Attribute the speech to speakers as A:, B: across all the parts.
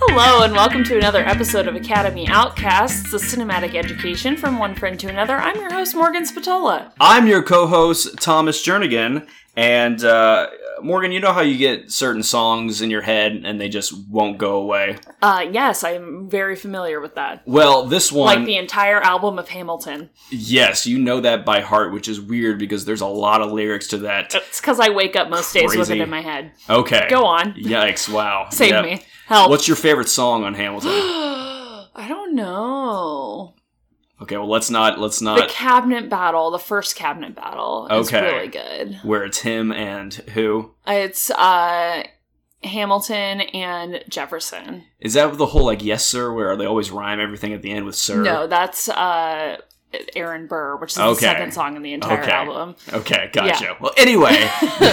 A: Hello, and welcome to another episode of Academy Outcasts, a cinematic education from one friend to another. I'm your host, Morgan Spatola.
B: I'm your co-host Thomas Jernigan, and uh, Morgan, you know how you get certain songs in your head and they just won't go away.
A: Uh, yes, I'm very familiar with that.
B: Well, this one,
A: Like the entire album of Hamilton.
B: yes, you know that by heart, which is weird because there's a lot of lyrics to that.
A: It's because I wake up most days with it
B: Crazy.
A: in my head.
B: Okay,
A: Go on.
B: Yikes! Wow,
A: Save
B: Yep.
A: me. Help.
B: What's your favorite song on Hamilton?
A: I don't know.
B: Okay, well let's not let's
A: The
B: not
A: cabinet battle, the first cabinet battle, is
B: Uh, Okay.
A: really good.
B: where it's him and who
A: It's uh, Hamilton and Jefferson.
B: is that the whole like yes sir where they always rhyme everything at the end with sir?
A: No, that's uh, Aaron Burr, which is the
B: Okay.
A: second song in the entire
B: Okay.
A: album.
B: Okay, gotcha. Well, anyway,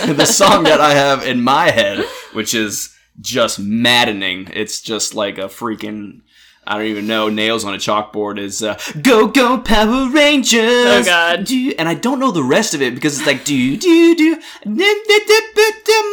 B: the song that I have in my head, which is just maddening, it's just like a freaking. I don't even know. Nails on a chalkboard is uh, "Go Go Power Rangers." Oh
A: God.
B: Do and I don't know the rest of it because it's like do do do.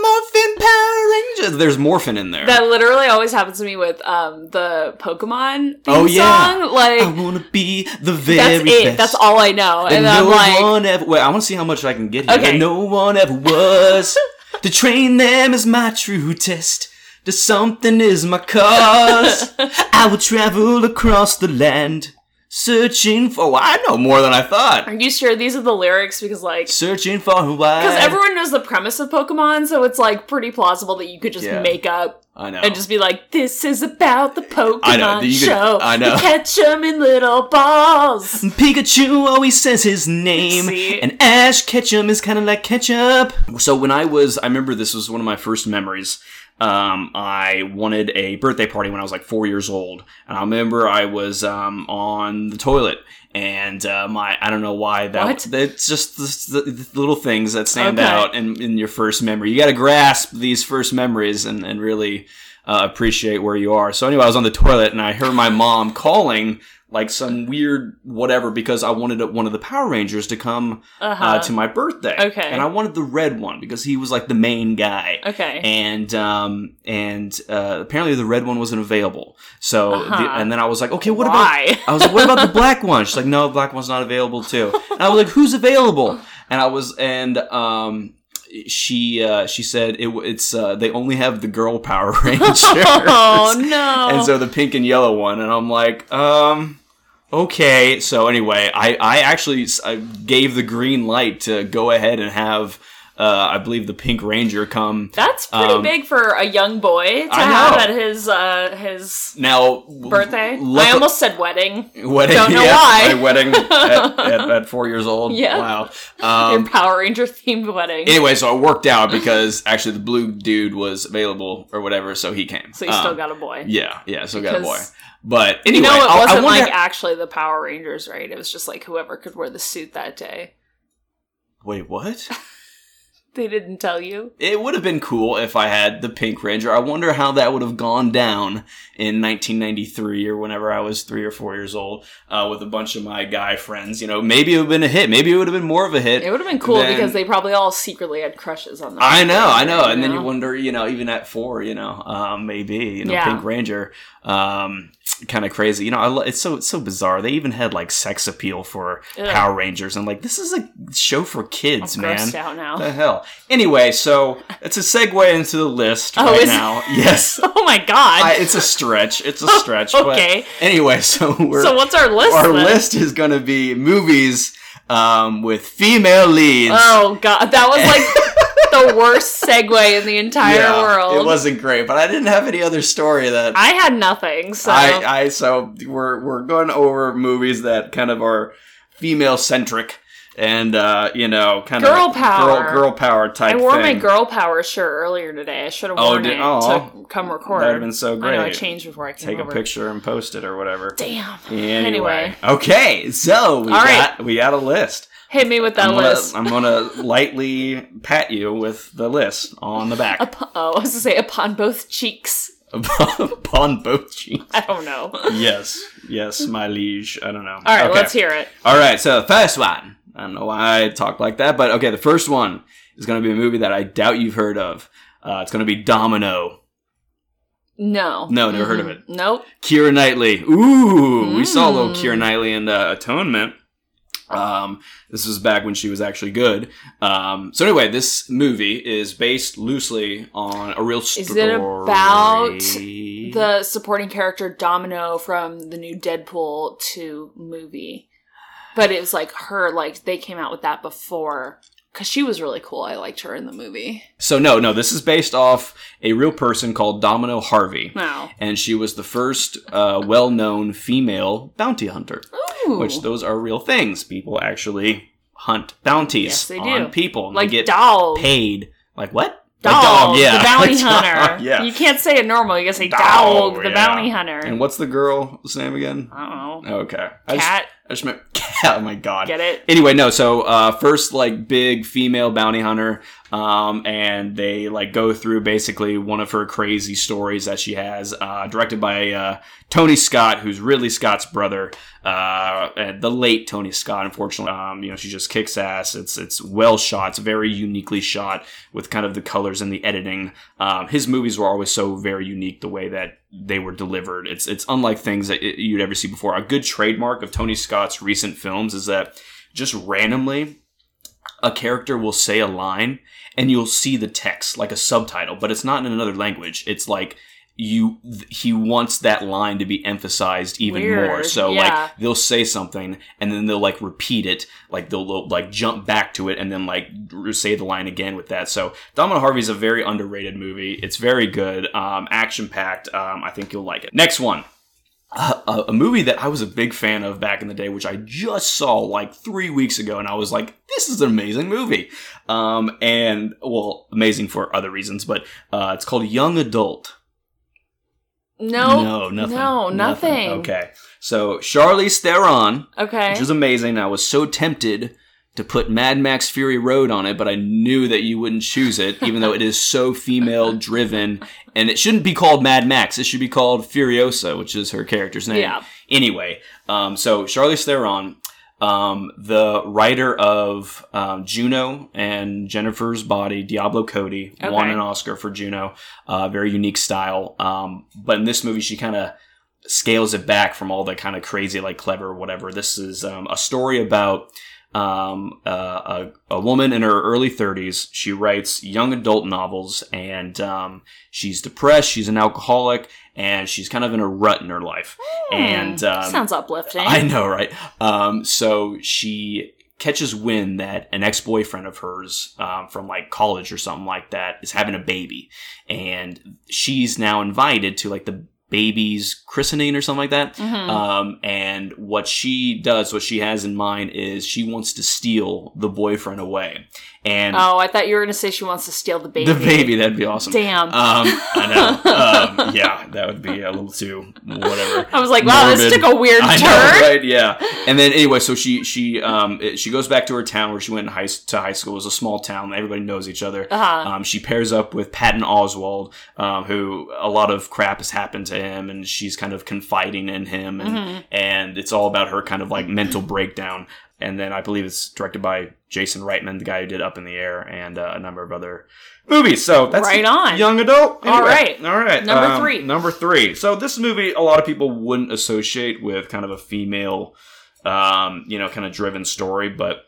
B: Morphin Power Rangers. There's Morphin in there.
A: That literally always happens to me with um, the Pokemon theme
B: Oh, yeah.
A: song.
B: I
A: Like
B: wanna be the
A: that's
B: very
A: it.
B: best.
A: That's all I know. And,
B: And
A: I'm
B: no
A: like,
B: one ever. Wait, I want to see how much I can get here.
A: Okay.
B: And no one ever was. to train them is my true test. To something is my cause. I will travel across the land, searching for. Well, I know more than I thought.
A: are you sure these are the lyrics? Because like.
B: Searching for Hawaii.
A: Because everyone knows the premise of Pokemon, so it's like pretty plausible that you could just
B: Yeah.
A: make up
B: I know.
A: and just be like, "This is about the Pokemon
B: I know, you could-
A: show.
B: I know.
A: We catch 'em in little balls."
B: Pikachu always says his name,
A: See?
B: and Ash Ketchum is kind of like ketchup. So when I was, I remember this was one of my first memories. Um, I wanted a birthday party when I was like four years old, and I remember I was um, on the toilet, and uh, my I don't know why that
A: What?
B: it's just the, the, the little things that stand
A: Okay.
B: out in, in your first memory. You got to grasp these first memories and and really uh, appreciate where you are. So anyway, I was on the toilet and I heard my mom calling like some weird whatever because I wanted one of the Power Rangers to come
A: Uh-huh.
B: uh, to my birthday.
A: Okay.
B: and I wanted the red one because he was like the main guy.
A: okay.
B: And um and uh, apparently the red one wasn't available. So
A: Uh-huh.
B: the, and then I was like, okay, what about
A: Why?
B: I was like, what about the black one? She's like, no, the black one's not available too. And I was like, who's available? And I was, and um, she uh, she said it, w- it's uh, they only have the girl Power Rangers,
A: oh no!
B: and so the pink and yellow one. And I'm like, um, okay. So anyway, I I actually s- I gave the green light to go ahead and have uh, I believe the pink ranger come.
A: That's pretty
B: Um,
A: big for a young boy to
B: I
A: have
B: know.
A: at his uh, his
B: Now
A: birthday.
B: luck-
A: I almost said wedding.
B: wedding.
A: Don't know
B: yeah,
A: why.
B: My wedding at, at, at four years old.
A: Yeah.
B: Wow.
A: Your
B: Um,
A: Power Ranger themed wedding.
B: anyway, so it worked out because actually the blue dude was available or whatever, so he came.
A: so you
B: Um,
A: still got a boy.
B: Yeah, yeah, so got a boy.
A: Because-
B: But
A: you
B: anyway,
A: know, it
B: I- I
A: wasn't
B: wonder-
A: like actually the Power Rangers, right? It was just like whoever could wear the suit that day.
B: Wait, what?
A: They didn't tell you.
B: It would have been cool if I had the Pink Ranger. I wonder how that would have gone down in 1993 or whenever I was three or four years old uh, with a bunch of my guy friends. You know, maybe it would have been a hit. Maybe it would have been more of a hit.
A: It would have been cool
B: Then-
A: because they probably all secretly had crushes on them.
B: I know, I know. And then you wonder, you know, even at four, you know, um, maybe, you know,
A: Yeah.
B: Pink Ranger, um, kind of crazy. You know, I lo- it's so it's so bizarre. They even had like sex appeal for
A: Ugh.
B: Power Rangers, and like this is a show for kids,
A: I'm
B: man.
A: grossed out now.
B: What the hell. Anyway, so it's a segue into the list
A: Oh, is
B: right
A: it?
B: now. Yes,
A: oh my god!
B: I, it's a stretch. It's a stretch.
A: Okay.
B: But anyway, so we're
A: so what's our list?
B: our
A: then?
B: list is going to be movies um, with female leads.
A: Oh god, that was like the worst segue in the entire
B: Yeah,
A: world.
B: It wasn't great, but I didn't have any other story that I
A: I had nothing. So
B: I, so we're we're going over movies that kind of are female centric and uh, you know kind
A: Girl
B: of
A: power.
B: girl girl power type.
A: I wore
B: thing.
A: my girl power shirt earlier today. I should have
B: Oh,
A: worn
B: did-
A: it
B: oh.
A: to come record.
B: That'd have been so
A: I
B: great.
A: know I changed before I came
B: Take a
A: over.
B: picture and post it or whatever.
A: Damn.
B: Anyway.
A: Anyway.
B: okay, so we
A: All right.
B: got we got a list.
A: Hit me with that
B: I'm gonna,
A: list.
B: I'm gonna lightly pat you with the list on the back
A: Up- oh, I was gonna say upon both cheeks.
B: upon both cheeks.
A: I don't know. All
B: Yes, yes, my liege. I don't know.
A: right,
B: Okay.
A: let's hear it.
B: All right, so the first one. I don't know why I talk like that, but okay, the first one is going to be a movie that I doubt you've heard of. Uh, it's going to be Domino.
A: No.
B: No, never heard of
A: Mhm.
B: it.
A: Nope.
B: Kira Knightley. Ooh, we saw a little
A: Mm.
B: Kira Knightley in uh, Atonement. Um, this was back when she was actually good. Um, so anyway, this movie is based loosely on a real story.
A: Is it about The supporting character Domino from the new Deadpool 2 movie. But it was like her, like they came out with that before. Cause she was really cool. I liked her in the movie.
B: So no, no, this is based off a real person called Domino Harvey,
A: Wow.
B: and she was the first uh, well-known female bounty hunter.
A: Ooh.
B: Which those are real things. People actually hunt bounties
A: Yes, they
B: on
A: do.
B: people. and they
A: like
B: get
A: dog.
B: paid. Like what? Like
A: Dog, the bounty
B: Like dog,
A: hunter.
B: yeah.
A: You can't say it normal. You gotta say
B: Dog,
A: dog, the
B: yeah.
A: bounty hunter.
B: And what's the girl's name again?
A: I don't know.
B: Okay. I just,
A: Cat,
B: I just meant cat. Oh my god.
A: get it?
B: Anyway, no. So uh, first, like big female bounty hunter, um, and they like go through basically one of her crazy stories that she has, uh, directed by uh, Tony Scott, who's Ridley Scott's brother, uh, and the late Tony Scott. Unfortunately, um, you know she just kicks ass. It's it's well shot. It's very uniquely shot with kind of the colors and the editing. Um, his movies were always so very unique the way that they were delivered. It's it's unlike things that y- you'd ever see before. A good trademark of Tony Scott's recent films is that just randomly a character will say a line and you'll see the text like a subtitle, but it's not in another language. It's like you th- he wants that line to be emphasized even more.
A: Weird,
B: So
A: yeah.
B: like they'll say something and then they'll like repeat it, like they'll, they'll, like jump back to it and then like r- say the line again with that. So Domino Harvey's a very underrated movie. It's very good, um, action packed. Um, I think you'll like it. Next one a, a- a movie that I was a big fan of back in the day, which I just saw like three weeks ago, and I was like, "This is an amazing movie," um, and well, amazing for other reasons, but uh, it's called Young Adult.
A: No.
B: no, nothing.
A: No, nothing.
B: Okay, so Charlize Theron,
A: Okay.
B: which was amazing. I was so tempted to put Mad Max Fury Road on it, but I knew that you wouldn't choose it, even though it is so female driven, and it shouldn't be called Mad Max. It should be called Furiosa, which is her character's name.
A: Yeah.
B: Anyway, um, so Charlize Theron, um, the writer of um, Juno and Jennifer's Body, Diablo Cody,
A: Okay.
B: won an Oscar for Juno. Uh, very unique style. Um, but in this movie, she kind of scales it back from all the kind of crazy, like clever, whatever. This is um, a story about um, uh, a, a woman in her early 30s. She writes young adult novels and um, she's depressed, she's an alcoholic, and she's kind of in a rut in her life. And um,
A: Hmm. sounds uplifting.
B: I know, right? Um, so she catches wind that an ex boyfriend of hers um, from like college or something like that is having a baby, and she's now invited to like the baby's christening or something like that.
A: Mhm.
B: Um, and what she does, what she has in mind, is she wants to steal the boyfriend away, and
A: oh, I thought you were gonna say she wants to steal the baby.
B: the baby. That'd be awesome.
A: Damn.
B: Um, I know. Um, yeah, that would be a little too whatever.
A: I was like, wow, this
B: morbid.
A: took a weird
B: I
A: turn.
B: know, right? Yeah. And then anyway, so she she um it- she goes back to her town where she went in high, to high school. It was a small town. Everybody knows each other.
A: Uh-huh.
B: Um, she pairs up with Patton Oswald, um, who a lot of crap has happened to him, and she's kind of confiding in him, and
A: Mhm.
B: and it's all about her kind of like mental breakdown. And then I believe it's directed by Jason Reitman, the guy who did Up in the Air and uh, a number of other movies. So that's
A: Right on.
B: young adult.
A: All right.
B: all right. um,
A: Number three.
B: Number three. So this movie, a lot of people wouldn't associate with kind of a female, um, you know, kind of driven story, but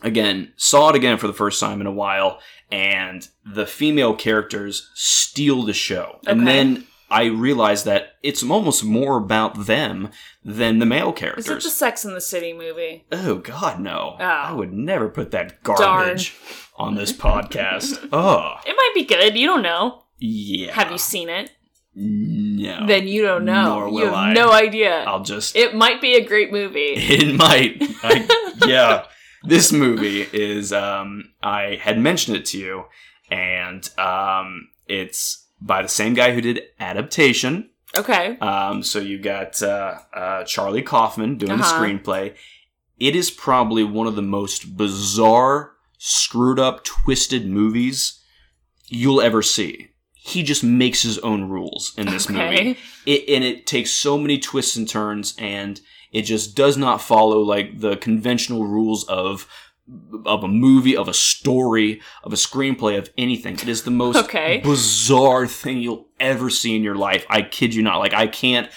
B: again, saw it again for the first time in a while, and the female characters steal the show. And
A: Okay.
B: then I realized that it's almost more about them than the male
A: Is it
B: characters.
A: the Sex in the City movie?
B: oh God, no!
A: Oh.
B: I would never put that garbage on this podcast. oh
A: It might be good. You don't know.
B: yeah.
A: Have you seen it?
B: No.
A: Then you don't know.
B: Nor
A: you
B: will
A: have
B: I.
A: no idea.
B: I'll just. It,
A: It might be a great movie.
B: might. I, yeah. This movie is. Um, I had mentioned it to you, and um, it's by the same guy who did Adaptation.
A: Okay.
B: Um, so you got uh, uh, Charlie Kaufman doing
A: Uh-huh.
B: the screenplay. It is probably one of the most bizarre, screwed up, twisted movies you'll ever see. He just makes his own rules in this movie
A: Okay.
B: it and it takes so many twists and turns and it just does not follow like the conventional rules of of a movie, of a story, of a screenplay, of anything. It is the most
A: Okay.
B: bizarre thing you'll ever see in your life. I kid you not. Like I can't.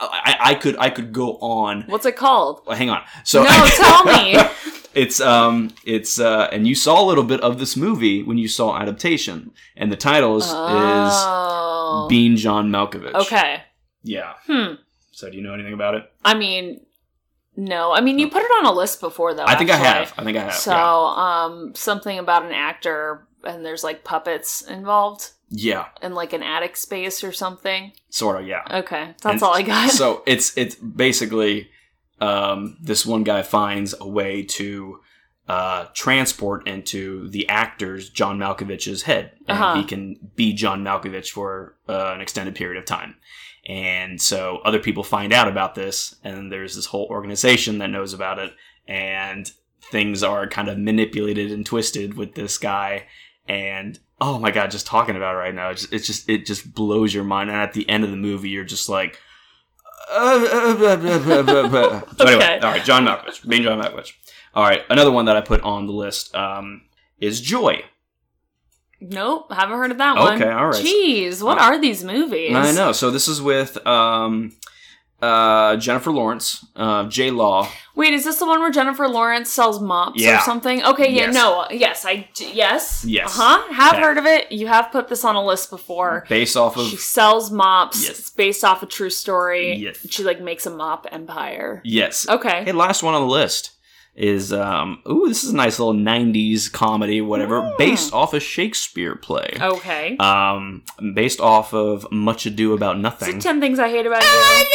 B: I, I I could I could go on.
A: What's it called?
B: Well, Hang on. So
A: no, tell me.
B: it's um it's uh and you saw a little bit of this movie when you saw adaptation and the title is,
A: oh.
B: is Bean John Malkovich.
A: okay.
B: Yeah.
A: Hmm.
B: So do you know anything about it?
A: I mean, no. I mean, you put it on a list before, though.
B: I think I
A: actually.
B: have. I think I have.
A: So,
B: yeah.
A: um, something about an actor, and there's like puppets involved
B: yeah.
A: in like an attic space or something.
B: Sort of. Yeah.
A: Okay, that's
B: And
A: all I got.
B: so it's it's basically um, this one guy finds a way to uh, transport into the actor's John Malkovich's head, and
A: Uh-huh.
B: he can be John Malkovich for uh, an extended period of time. And so other people find out about this, and there's this whole organization that knows about it, and things are kind of manipulated and twisted with this guy. And oh my god, just talking about it right now, it's just, it's just it just blows your mind. And at the end of the movie, you're just like, uh, uh, uh, uh, uh, uh, uh. so anyway,
A: Okay.
B: all right, John Malkovich, main John Malkovich. All right, another one that I put on the list um, is Joy.
A: nope, haven't heard of that one.
B: Okay, all right.
A: Jeez, what are these movies?
B: I know. So this is with um, uh, Jennifer Lawrence, uh, J Law.
A: Wait, is this the one where Jennifer Lawrence sells mops
B: Yeah.
A: or something? Okay, yeah,
B: Yes.
A: no, yes, I d- yes,
B: Yes.
A: uh huh, have
B: Okay.
A: heard of it. You have put this on a list before.
B: based off
A: She
B: of
A: sells mops.
B: Yes.
A: It's based off a true story.
B: Yes.
A: She like makes a mop empire.
B: yes.
A: Okay.
B: Hey, last one on the list is um. Ooh, this is a nice little '90s comedy, whatever,
A: Mm.
B: based off a Shakespeare play.
A: Oh, Okay.
B: Um, based off of Much Ado About
A: Is it
B: Nothing.
A: 10 things I hate about you.
B: Yes.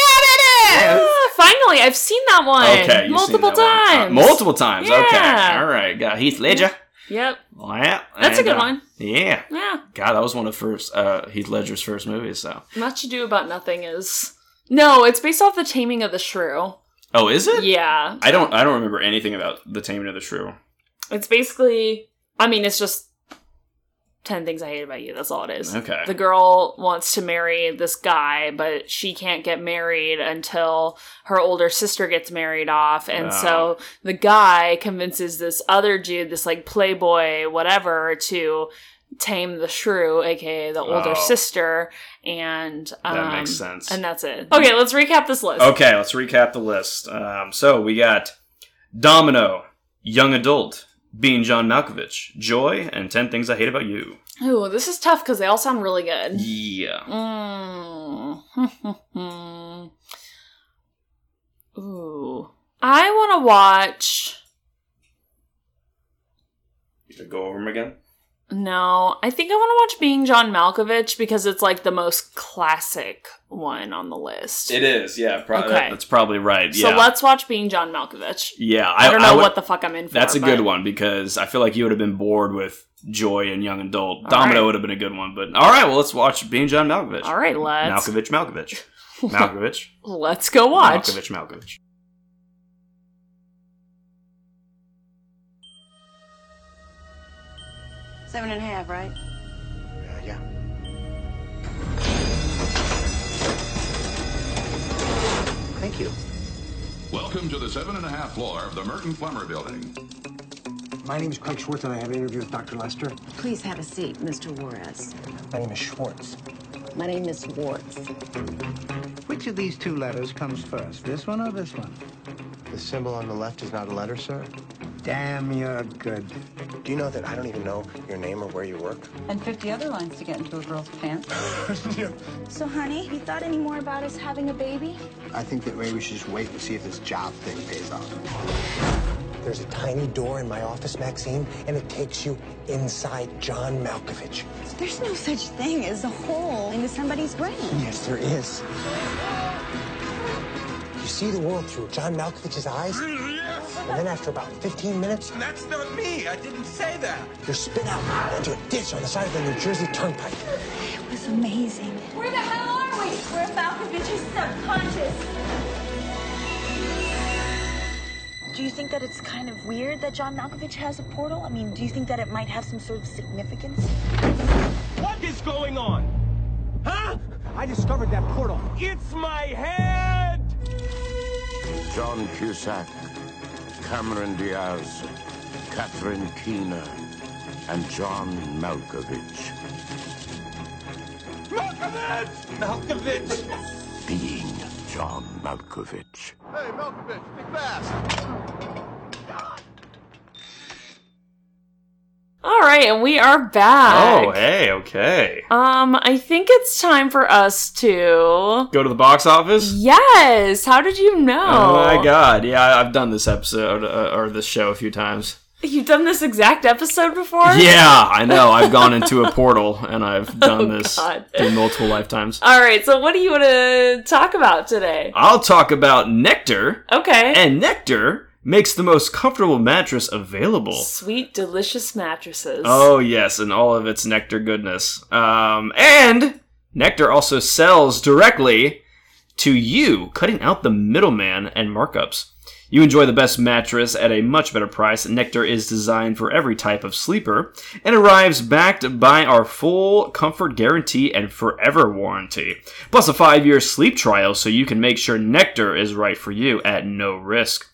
A: Ah, finally, I've seen that one
B: Okay, you've seen
A: multiple
B: that one. Uh,
A: times.
B: multiple times. Okay,
A: Yeah.
B: all right. Got Heath Ledger.
A: Yep.
B: Well, yeah,
A: That's a
B: and,
A: good
B: uh,
A: one.
B: Yeah,
A: Yeah.
B: God, that was one of first uh, Heath Ledger's first movies. So,
A: Much ado about nothing is. No, it's based off the Taming of the Shrew.
B: oh, is it?
A: Yeah.
B: I don't. I don't remember anything about the Taming of the Shrew.
A: It's basically. I mean, it's just 10 things I hate about you. That's all it is.
B: Okay.
A: The girl wants to marry this guy, but she can't get married until her older sister gets married off. And
B: Wow.
A: so the guy convinces this other dude, this like playboy, whatever, to tame the shrew, aka the older
B: Oh.
A: sister. And um,
B: that makes sense.
A: And that's it. Okay, let's recap this list.
B: Okay, let's recap the list. Um, so we got Domino, Young Adult, Being John Malkovich, Joy, and 10 Things I Hate About You.
A: Ooh, this is tough because they all sound really good.
B: Yeah.
A: Mm. Ooh. I want to watch.
B: You should go over them again?
A: No, I think I want to watch Being John Malkovich because it's like the most classic one on the list.
B: It is, yeah. Pro-
A: Okay.
B: that- that's probably right.
A: So
B: yeah.
A: let's watch Being John Malkovich.
B: yeah, I,
A: I, don't
B: I
A: know
B: would-
A: what the fuck I'm in for.
B: That's a good
A: but-
B: one because I feel like you would have been bored with Joy and Young Adult.
A: All
B: Domino
A: right.
B: would have been a good one, but all right, well, let's watch Being John Malkovich.
A: All right, let's
B: Malkovich, Malkovich. Malkovich.
A: let's go watch.
B: Malkovich, Malkovich.
C: Seven and a half, right?
D: Yeah. Thank you.
E: Welcome to the seven and a half floor of the Merton Plummer Building.
D: My name is Craig Schwartz, and I have an interview with Dr. Lester.
C: Please have a seat, Mr. Juarez.
D: My name is Schwartz.
C: My name is Warts.
F: Which of these two letters comes first, this one or this one?
D: The symbol on the left is not a letter, sir.
F: Damn, you're good.
D: Do you know that I don't even know your name or where you work?
G: and 50 other lines to get into a girl's pants.
H: So, honey, you thought any more about us having a baby?
D: I think that maybe we should just wait and see if this job thing pays off. There's a tiny door in my office, Maxine, and it takes you inside John Malkovich.
H: There's no such thing as a hole into somebody's brain.
D: Yes, there is. You see the world through John Malkovich's eyes? And then after about 15 minutes,
I: That's not me. I didn't say that.
D: you're spit out into a ditch on the side of the New Jersey Turnpike.
H: It was amazing. Where the hell are we? We're Malkovich's subconscious. Do you think that it's kind of weird that John Malkovich has a portal? I mean, do you think that it might have some sort of significance?
I: What is going on? Huh?
F: I discovered that portal.
I: It's my head!
J: John Cusack Cameron Diaz, Catherine Keener, and John Malkovich.
I: Malkovich! Malkovich!
J: Being John Malkovich.
I: Hey, Malkovich, be fast!
A: All right, and we are back.
B: Oh, hey, okay.
A: Um, I think it's time for us to.
B: Go to the box office.
A: Yes. How did you know?
B: Oh my god! Yeah, I- I've done this episode uh, or this show a few times.
A: You've done this exact episode before.
B: Yeah, I know. I've gone into a portal and I've done
A: Oh,
B: this
A: God.
B: in multiple lifetimes.
A: All right. So, what do you want to talk about today?
B: I'll talk about Nectar,
A: Okay.
B: Uh, and Nectar makes the most comfortable mattress available.
A: Sweet, delicious mattresses.
B: Oh yes, and all of its nectar goodness. Um, and nectar also sells directly to you, cutting out the middleman and markups. You enjoy the best mattress at a much better price. Nectar is designed for every type of sleeper and arrives backed by our full comfort guarantee and forever warranty. Plus a five year sleep trial so you can make sure Nectar is right for you at no risk.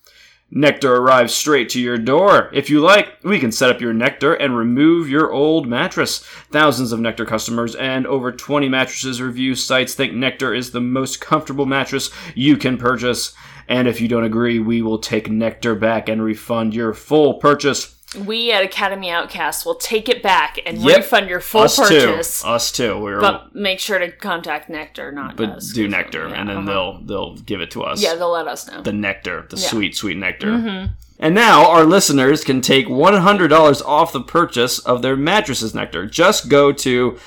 B: Nectar arrives straight to your door. If you like, we can set up your Nectar and remove your old mattress. Thousands of Nectar customers and over 20 mattresses review sites think Nectar is the most comfortable mattress you can purchase. And if you don't agree, we will take Nectar back and refund your full purchase.
A: We at Academy Outcast will take it back and
B: Yep.
A: refund your full
B: Us
A: purchase.
B: too. Us too. We're
A: But make sure to contact Nectar, not
B: but
A: us.
B: do Nectar, and then
A: uh-huh.
B: they'll they'll give it to us.
A: Yeah, they'll let us know.
B: the nectar, the sweet, sweet nectar. And now our listeners can take $100 off the purchase of their mattresses nectar. Just go to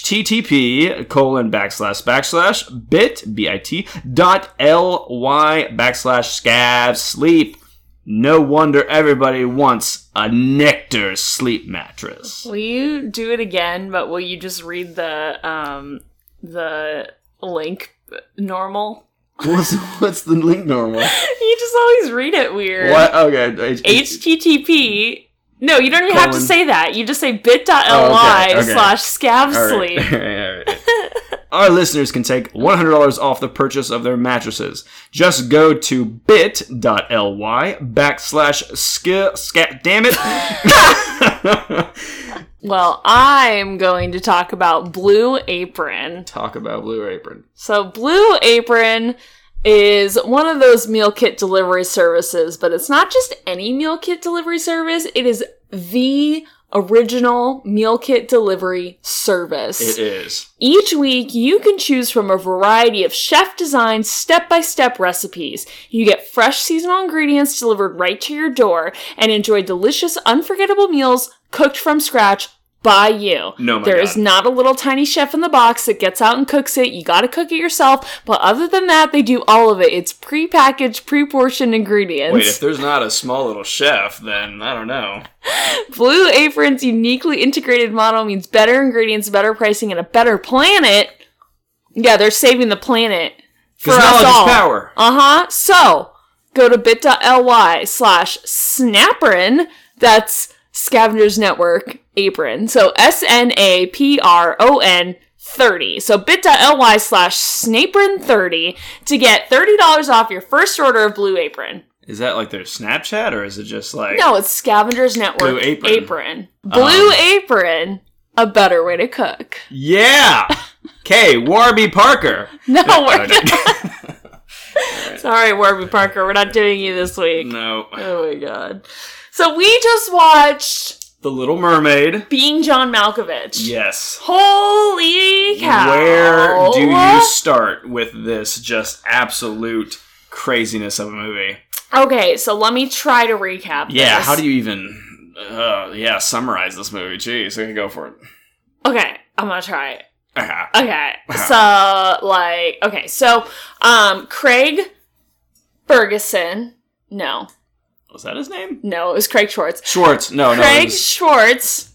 B: http colon backslash backslash bit, B-I-T, dot L-Y backslash scav sleep. No wonder everybody wants a nectar sleep mattress.
A: will you do it again? But will you just read the um the link normal?
B: What's, what's the link normal?
A: You just always read it weird.
B: What? Okay.
A: HTTP. No, you don't even have to
B: Colon.
A: say that. You just say bit.ly
B: Oh, okay, okay.
A: slash scav
B: All right,
A: sleep.
B: all right, all right. Our listeners can take $100 off the purchase of their mattresses. Just go to bit.ly backslash sk- scat. Damn it.
A: Well, I'm going to talk about Blue Apron.
B: Talk about Blue Apron.
A: So, Blue Apron is one of those meal kit delivery services, but it's not just any meal kit delivery service, it is the original meal kit delivery service.
B: It is.
A: Each week, you can choose from a variety of chef designed step by step recipes. You get fresh seasonal ingredients delivered right to your door and enjoy delicious, unforgettable meals cooked from scratch by you.
B: No, Oh my
A: There
B: God.
A: is not a little tiny chef in the box that gets out and cooks it. You gotta cook it yourself. But other than that, they do all of it. It's pre-packaged, pre-portioned ingredients.
B: Wait, if there's not a small little chef, then I don't know.
A: Blue Apron's uniquely integrated model means better ingredients, better pricing, and a better planet. Yeah, they're saving the planet for
B: Because
A: us
B: knowledge
A: all.
B: is power.
A: Uh huh. So go to bit.ly slash snapperin. That's Scavengers Network apron. So S N A P R O N 30. So bit.ly slash snapperin30 to get $30 off your first order of Blue Apron.
B: Is that like their Snapchat, or is it just like.
A: No, it's Scavengers Network
B: Blue Apron. Um,
A: Blue Apron, a better way to cook.
B: Yeah! Okay, Warby Parker.
A: No, we're
B: no.
A: not- Sorry, Warby Parker, we're not doing you this week.
B: No.
A: Oh my god. So we just watched
B: The Little Mermaid.
A: Being John Malkovich.
B: Yes.
A: Holy cow.
B: Where do you start with this just absolute craziness of a movie?
A: Okay, so let me try to recap.
B: Yeah,
A: this.
B: how do you even, uh, yeah, summarize this movie? Jeez, I can go for it.
A: Okay, I'm gonna try it.
B: Ah,
A: Okay. So like okay, so um Craig Ferguson. No.
B: was that his name?
A: No, it was Craig Schwartz.
B: Schwartz. No, no, it
A: Craig
B: was-
A: Schwartz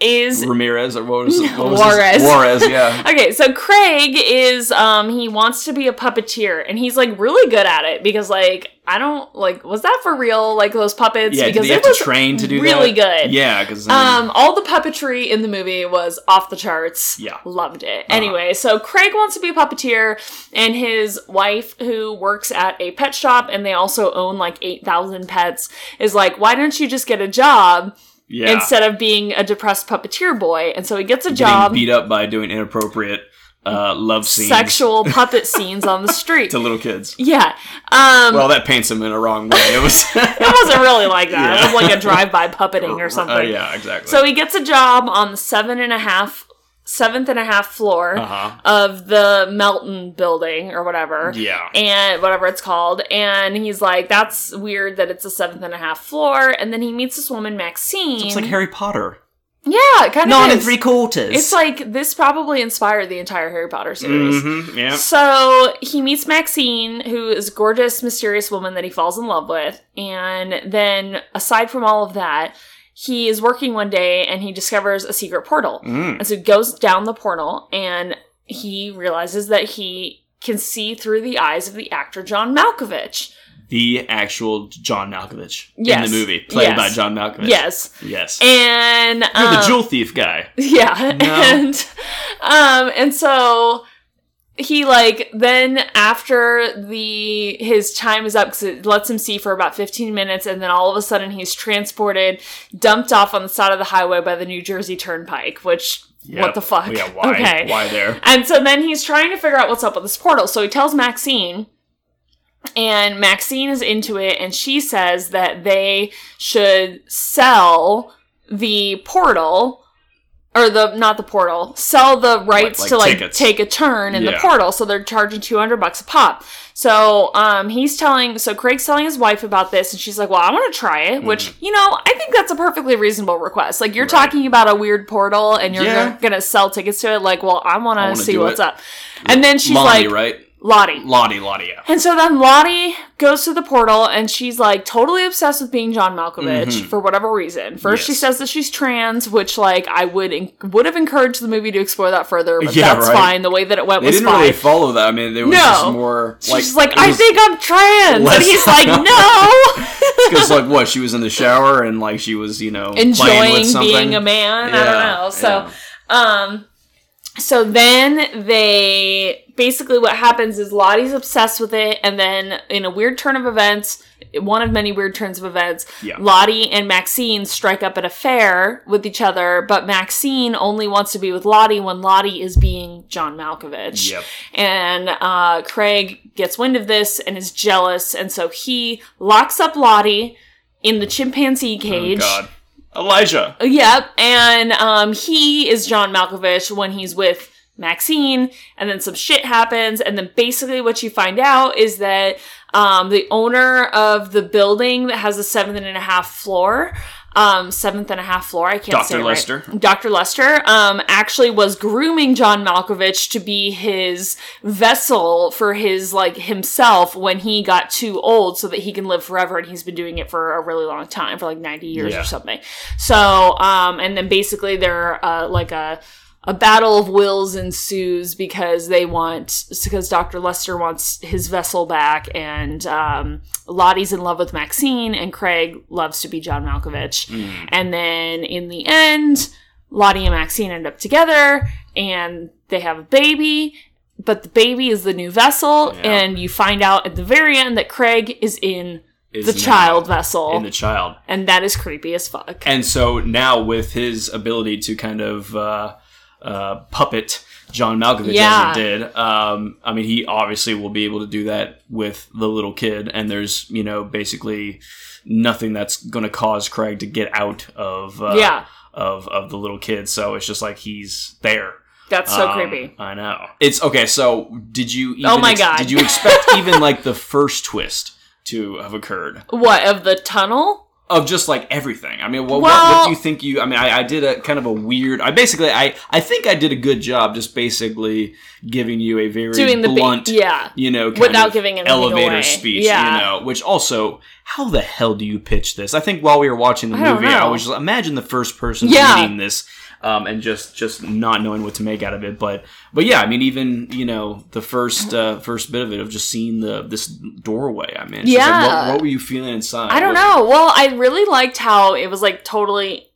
A: is
B: Ramirez or what was, it? what was
A: Juarez.
B: His? Juarez, yeah.
A: Okay, so Craig is um he wants to be a puppeteer and he's like really good at it because like I don't like was that for real like those puppets
B: yeah, did
A: because
B: they have to train to do
A: really
B: that?
A: good.
B: Yeah, because
A: Um, all the puppetry in the movie was off the charts.
B: Yeah. Uh-huh.
A: Loved it. Anyway, so Craig wants to be a puppeteer, and his wife, who works at a pet shop and they also own like 8,000 pets, is like, why don't you just get a job
B: yeah,
A: instead of being a depressed puppeteer boy? And so he gets a
B: getting
A: job,
B: beat up by doing inappropriate uh, love scenes
A: sexual puppet scenes on the street.
B: to little kids.
A: yeah. Um,
B: Well, that paints him in a wrong way. It was,
A: it wasn't really like that. It was
B: Yeah.
A: like a drive by puppeting or something.
B: uh, yeah, exactly.
A: So he gets a job on the seven and a half, seventh and a half floor
B: Uh-huh.
A: of the Melton building or whatever.
B: Yeah.
A: And whatever it's called. And he's like, that's weird that it's a seventh and a half floor. And then he meets this woman, Maxine.
B: it's like Harry Potter.
A: yeah, it kind of. is.
B: quarters.
A: It's like this probably inspired the entire Harry Potter series.
B: Mhm, yeah.
A: So he meets Maxine, who is a gorgeous, mysterious woman that he falls in love with. And then, aside from all of that, he is working one day and he discovers a secret portal.
B: Mm.
A: And so he goes down the portal and he realizes that he can see through the eyes of the actor John Malkovich.
B: The actual John Malkovich
A: Yes.
B: in the movie, played
A: Yes.
B: by John Malkovich.
A: Yes.
B: Yes.
A: And
B: You're the
A: um,
B: jewel thief guy.
A: Yeah. And um and so he like then after the his time is up because it lets him see for about 15 minutes and then all of a sudden he's transported dumped off on the side of the highway by the new jersey turnpike which what
B: Yep. Oh,
A: the fuck
B: Yeah, why?
A: okay
B: Why there?
A: and so then he's trying to figure out what's up with this portal so he tells maxine and Maxine is into it, and she says that they should sell the portal, or the not the portal, sell the rights
B: like
A: to like
B: tickets.
A: take a turn in the
B: Yeah.
A: portal. So they're charging two hundred bucks a pop. So um, he's telling, so Craig's telling his wife about this, and she's like, "Well, I want to try
B: Mm.
A: it," which you know, I think that's a perfectly reasonable request. Like you're talking about a weird portal, and you're
B: Yeah.
A: gonna- gonna sell tickets to it. Like, well, I want
B: I wanna
A: to see
B: do
A: what's
B: it.
A: up. And then she's
B: Lonnie,
A: like,
B: right?
A: Lottie.
B: Lottie, Lottie, yeah.
A: And so then Lottie goes to the portal and she's like totally obsessed with being John Malkovich for whatever reason. First, she
B: Mm-hmm. Yes.
A: says that she's trans, which like I would would have encouraged the movie to explore that further, but
B: Yeah,
A: that's
B: right.
A: fine. The way that it went
B: They
A: was
B: didn't
A: fine.
B: really follow that. I mean, there was
A: No.
B: just more like
A: she's like, I think I'm trans, and
B: less-
A: he's like, no,
B: because like what she was in the shower and like she was you know playing with
A: enjoying
B: something.
A: being a man. I
B: Yeah,
A: don't know. So.
B: yeah.
A: Um, so then they basically what happens is Lottie's obsessed with it, and then in a weird turn of events, one of many weird turns of events,
B: Yeah.
A: Lottie and Maxine strike up an affair with each other, but Maxine only wants to be with Lottie when Lottie is being John Malkovich.
B: Yep.
A: And uh, Craig gets wind of this and is jealous, and so he locks up Lottie in the chimpanzee
B: Oh,
A: cage.
B: God, Elijah.
A: Yep, and um, he is John Malkovich when he's with Maxine, and then some shit happens, and then basically what you find out is that um, the owner of the building that has the seventh and a half floor, um, seventh and a half floor, I can't say it
B: Dr.
A: right.
B: Lester.
A: Dr. Lester um, actually was grooming John Malkovich to be his vessel for his, like, himself when he got too old so that he can live forever. And he's been doing it for a really long time, for like 90 years
B: Yeah.
A: or something. So, um, and then basically they're uh, like a. A battle of wills ensues because they want, because Dr. Lester wants his vessel back, and um, Lottie's in love with Maxine, and Craig loves to be John Malkovich. And then in the end, Lottie and Maxine end up together and they have a baby, but the baby is the new vessel.
B: Yeah.
A: And you find out at the very end that Craig is in
B: Is
A: the
B: now
A: child vessel.
B: in the child,
A: and that is creepy as fuck.
B: and so now with his ability to kind of uh, uh, puppet John Malkovich
A: Yeah.
B: as he did, um, I mean, he obviously will be able to do that with the little kid, and there's you know basically nothing that's going to cause Craig to get out of uh,
A: Yeah.
B: of of the little kid. So it's just like he's there.
A: That's so
B: Um,
A: creepy.
B: I know. It's okay. So did you? Even
A: Oh my
B: ex-
A: God.
B: Did you expect even like the first twist to have occurred
A: What, of the tunnel?
B: of just like everything? I mean, what, what,
A: Well-
B: what do you think? You? I mean, I, I did a kind of a weird. I basically, I I think I did a good job, just basically giving you a very
A: Doing the ba-
B: blunt,
A: yeah.
B: you know, kind
A: Without
B: of
A: giving anything
B: elevator
A: away.
B: speech,
A: Yeah.
B: you know. Which also, how the hell do you pitch this? I think while we were watching the
A: don't
B: movie, I
A: know.
B: was just imagine the first person
A: Yeah.
B: reading this. um, and just just not knowing what to make out of it. But but yeah, I mean, even you know the first uh, first bit of it of just seeing the this doorway. I mean, it's just like,
A: Yeah.
B: what, what were you feeling inside?
A: I don't
B: What-
A: know. Well, I really liked how it was like totally.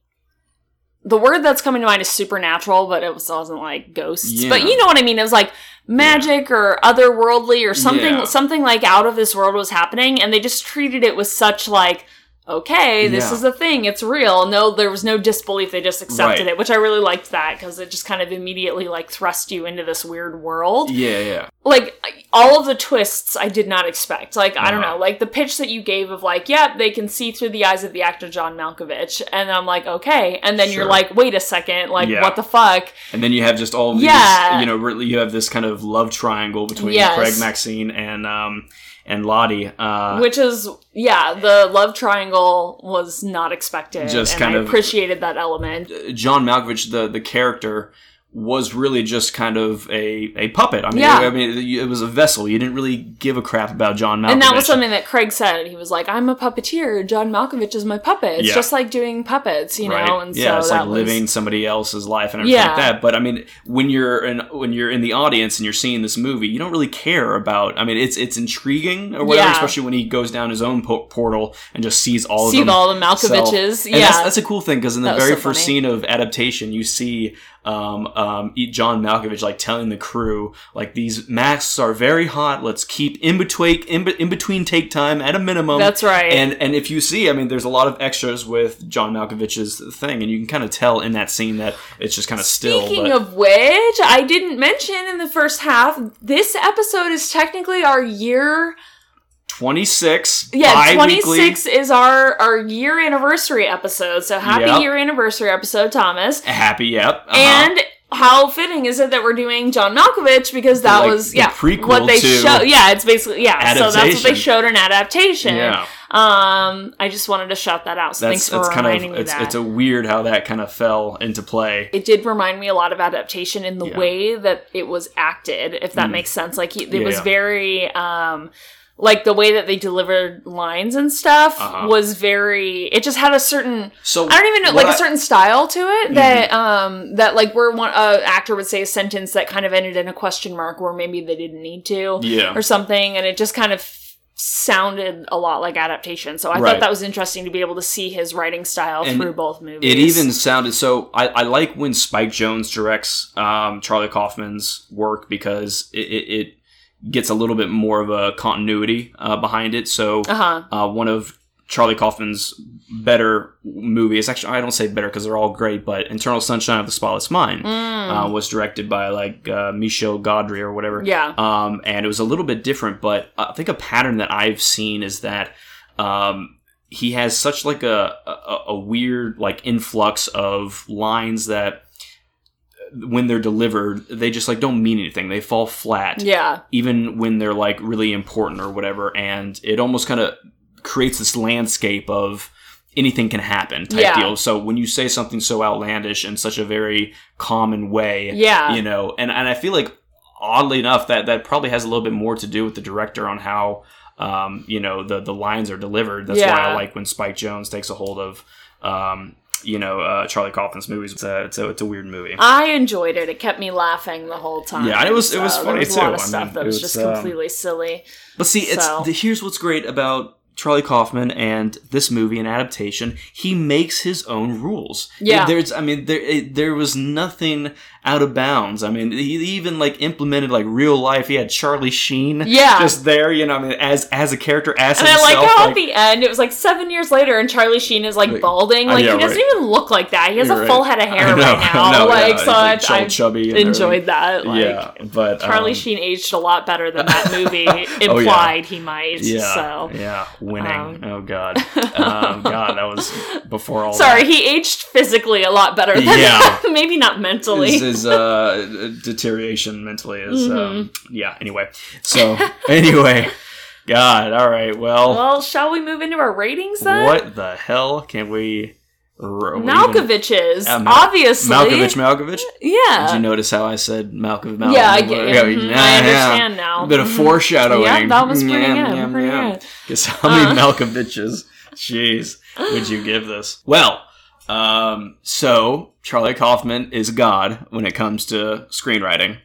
A: The word that's coming to mind is supernatural, but it was, wasn't like ghosts.
B: Yeah.
A: But you know what I mean. It was like magic or otherworldly or something.
B: Yeah.
A: Something like out of this world was happening, and they just treated it with such like, okay, this
B: Yeah.
A: is a thing. It's real. No, there was no disbelief. They just accepted
B: Right.
A: it, which I really liked that because it just kind of immediately like thrust you into this weird world
B: Yeah, yeah,
A: like I- all of the twists I did not expect. Like I don't
B: Uh-huh.
A: know, like the pitch that you gave of like, yep, they can see through the eyes of the actor John Malkovich, and I'm like, okay, and then
B: Sure.
A: you're like, wait a second, like
B: Yeah.
A: what the fuck?
B: and then you have just all of these,
A: Yeah.
B: you know, really you have this kind of love triangle between
A: Yes.
B: Craig Maxine and um and Lottie, uh,
A: Which is yeah, the love triangle was not expected,
B: Just
A: and
B: kind
A: I
B: of-
A: appreciated that element.
B: John Malkovich, the the character, was really just kind of a, a puppet. I mean,
A: Yeah.
B: I mean, it, it was a vessel. You didn't really give a crap about John Malkovich.
A: And that was something that Craig said. He was like, "I'm a puppeteer. John Malkovich is my puppet. It's
B: Yeah.
A: just like doing puppets, you know."
B: Right.
A: And
B: yeah,
A: so
B: it's
A: that
B: like
A: was,
B: living somebody else's life and everything
A: Yeah.
B: like that. But I mean, when you're in, when you're in the audience and you're seeing this movie, you don't really care about. I mean, it's it's intriguing or whatever,
A: Yeah.
B: especially when he goes down his own po- portal and just sees all
A: See
B: of them.
A: all the Malkoviches.
B: So-
A: Yeah.
B: and that's, that's a cool thing because in the
A: That was
B: very
A: so
B: first
A: funny.
B: scene of adaptation, you see um, um, E- John Malkovich like telling the crew like these masks are very hot. Let's keep in between in, be- in between take time at a minimum.
A: That's right.
B: And and if you see, I mean, there's a lot of extras with John Malkovich's thing, and you can kind of tell in that scene that it's just kind of still.
A: Speaking
B: but-
A: of which, I didn't mention in the first half, this episode is technically our year.
B: 26.
A: Yeah, twenty
B: bi-weekly.
A: six is our our year anniversary episode. So happy
B: Yep.
A: year anniversary episode, Thomas.
B: Happy, yep. uh-huh.
A: And how fitting is it that we're doing John Malkovich because that
B: Like,
A: was
B: the
A: yeah
B: prequel
A: what they
B: to
A: show yeah it's basically yeah so that's what
B: Adaptation.
A: they showed in adaptation
B: Yeah.
A: um I just wanted to shout that out so thanks
B: that's
A: for
B: that's kind
A: reminding
B: of
A: me
B: it's,
A: that
B: it's a weird how that kind of fell into play.
A: it did remind me a lot of adaptation in the
B: Yeah. Mm.
A: way that it was acted if that makes sense like he, it
B: Yeah,
A: was
B: yeah.
A: very um like the way that they delivered lines and stuff
B: Uh-huh.
A: was very it just had a certain
B: So
A: i don't even know
B: what
A: like a
B: I- Mm-hmm.
A: certain style to it that um that like where one uh, actor would say a sentence that kind of ended in a question mark where maybe they didn't need to
B: Yeah.
A: or something and it just kind of sounded a lot like adaptation so i
B: Right.
A: thought that was interesting to be able to see his writing style
B: And
A: through both movies
B: It even sounded so. I, I like when Spike Jones directs um, Charlie Kaufman's work because it, it, it gets a little bit more of a continuity uh, behind it. So
A: uh-huh
B: uh, one of Charlie Kaufman's better movies. Actually, I don't say better because they're all great, but Internal Sunshine of the Spotless Mind uh, was directed by like uh, Michel Gaudry or whatever.
A: Yeah.
B: Um, and it was a little bit different, but I think a pattern that I've seen is that um, he has such like a, a a weird like influx of lines that uh, when they're delivered, they just like don't mean anything. They fall flat
A: yeah
B: even when they're like really important or whatever and it almost kind of creates this landscape of anything can happen type
A: Yeah.
B: deal so when you say something so outlandish in such a very common way
A: Yeah.
B: you know and, and i feel like oddly enough that that probably has a little bit more to do with the director on how um, you know the the lines are delivered that's why i
A: Yeah.
B: like when spike jones takes a hold of um, you know uh, charlie kaufman's movies it's a, it's a, it's a weird movie
A: I enjoyed it. It kept me laughing the whole time.
B: Yeah, it was- it was
A: there
B: funny,
A: was A lot
B: too.
A: of
B: I
A: stuff
B: mean,
A: that
B: it
A: was,
B: was,
A: just
B: um,
A: completely silly.
B: But see, it's
A: So-
B: the, here's what's great about Charlie Kaufman and this movie and adaptation. He makes his own rules.
A: Yeah.
B: there's, I mean, there it, there was nothing out of bounds. I mean, he even like implemented like real life. He had Charlie Sheen,
A: Yeah.
B: just there. You know, I mean, as as a character, as
A: And I
B: himself.
A: like how
B: like-
A: at the end it was like seven years later, and Charlie Sheen is like
B: Like-
A: balding.
B: Uh,
A: Like
B: yeah,
A: he doesn't
B: right.
A: even look like that. He has
B: You're
A: a full
B: right.
A: head of
B: I
A: hair
B: know,
A: right now.
B: I know,
A: like
B: yeah.
A: so,
B: He's, like,
A: I, I
B: all chubby and everything.
A: enjoyed that. Like
B: yeah, but
A: Charlie
B: um,
A: Sheen aged a lot better than that movie implied
B: Oh, yeah.
A: he might.
B: Yeah,
A: So
B: yeah,
A: um,
B: winning. oh god, um, god, that was before all.
A: sorry,
B: that.
A: he aged physically a lot better than
B: Yeah.
A: maybe not mentally.
B: His, his uh, deterioration mentally is um, yeah. Anyway, so anyway, God, all right. Well,
A: well, shall we move into our ratings then?
B: what the hell can we? r- even-
A: Malkoviches,
B: Uh, Mal-
A: obviously.
B: Malkovich, Malkovich.
A: Yeah.
B: Did you notice how I said Malkovich? Malkovich?
A: Yeah, I get-
B: Yeah,
A: mhm, I
B: yeah,
A: understand
B: yeah.
A: now.
B: A bit of
A: Mhm.
B: foreshadowing.
A: Yeah, that was pretty good, pretty good. Uh.
B: Guess how many Malkoviches, jeez, would you give this? Well, Um, so Charlie Kaufman is god when it comes to screenwriting.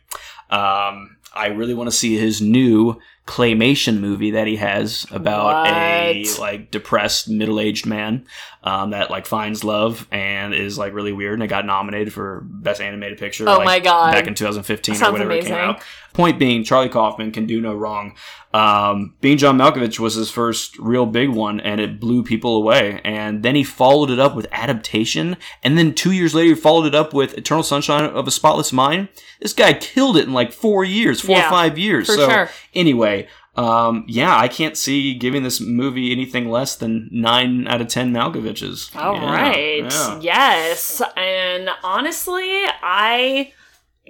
B: Um, I really want to see his new claymation movie that he has about a
A: What?
B: like depressed middle-aged man um, that like finds love and is like really weird and it got nominated for best animated picture
A: Oh
B: like,
A: my God.
B: back in 2015
A: That
B: or whatever
A: sounds
B: it came
A: amazing.
B: out point being charlie kaufman can do no wrong um, being john malkovich was his first real big one and it blew people away and then he followed it up with adaptation and then two years later he followed it up with eternal sunshine of a spotless mind this guy killed it in like four years four
A: Yeah,
B: or five years
A: for
B: so
A: sure.
B: anyway um, yeah i can't see giving this movie anything less than nine out of ten malkoviches
A: All
B: Yeah,
A: right.
B: yeah.
A: Yes. And honestly, I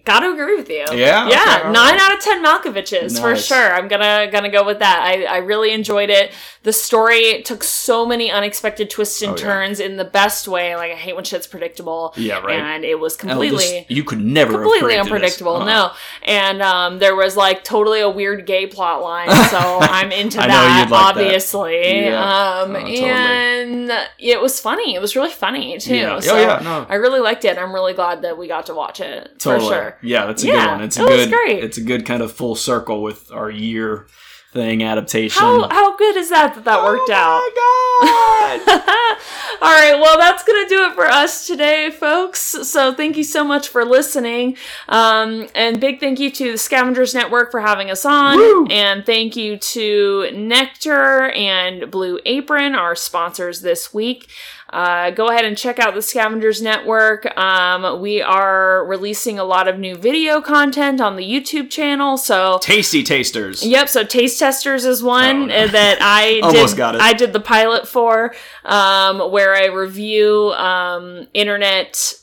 A: got to agree with you.
B: Yeah? Okay,
A: Yeah.
B: all
A: Nine
B: right.
A: out of ten Malkoviches for
B: Nice.
A: sure. I'm gonna gonna go with that. I, I really enjoyed it. The story took so many unexpected twists and
B: Oh, yeah.
A: turns in the best way. Like I hate when shit's predictable.
B: Yeah, right.
A: And it was
B: Oh,
A: completely
B: this- you could never have
A: completely
B: predicted this.
A: unpredictable.
B: Uh-uh.
A: No, and um, there was like totally a weird gay plot line, so I'm into
B: I know
A: that,
B: you'd like that.
A: obviously.
B: Yeah.
A: Um,
B: Oh, totally.
A: And it was funny. It was really funny too.
B: Yeah. Oh,
A: So
B: yeah, no.
A: I really liked it. and I'm really glad that we got to watch it
B: Totally.
A: for sure.
B: Yeah, that's a
A: Yeah,
B: good one. It's a
A: that was
B: good.
A: great.
B: It's a good kind of full circle with our year thing adaptation.
A: How how good is that that that worked out?
B: Oh my god!
A: All right, well, that's going to do it for us today, folks. So, thank you so much for listening. Um, and big thank you to the Scavengers Network for having us on. And thank you to Nectar and Blue Apron, our sponsors this week. Uh, go ahead and check out the Scavengers Network. Um, we are releasing a lot of new video content on the YouTube channel. So,
B: Tasty tasters.
A: Yep, so Taste Testers is one
B: Oh, no.
A: uh, that I
B: Almost
A: did,
B: got it.
A: I did the pilot for, um, where I review um, internet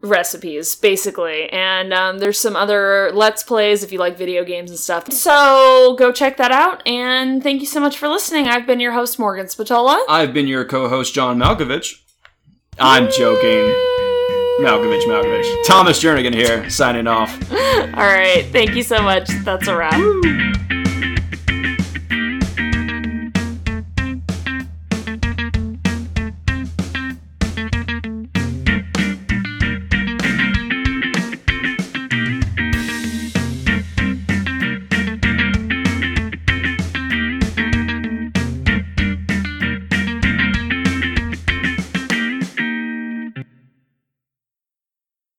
A: recipes basically and um, there's some other let's plays if you like video games and stuff so go check that out and thank you so much for listening i've been your host morgan spatola
B: I've been your co-host John Malkovich. I'm joking. Malkovich, Malkovich. Thomas Jernigan here, signing off.
A: all right thank you so much that's a wrap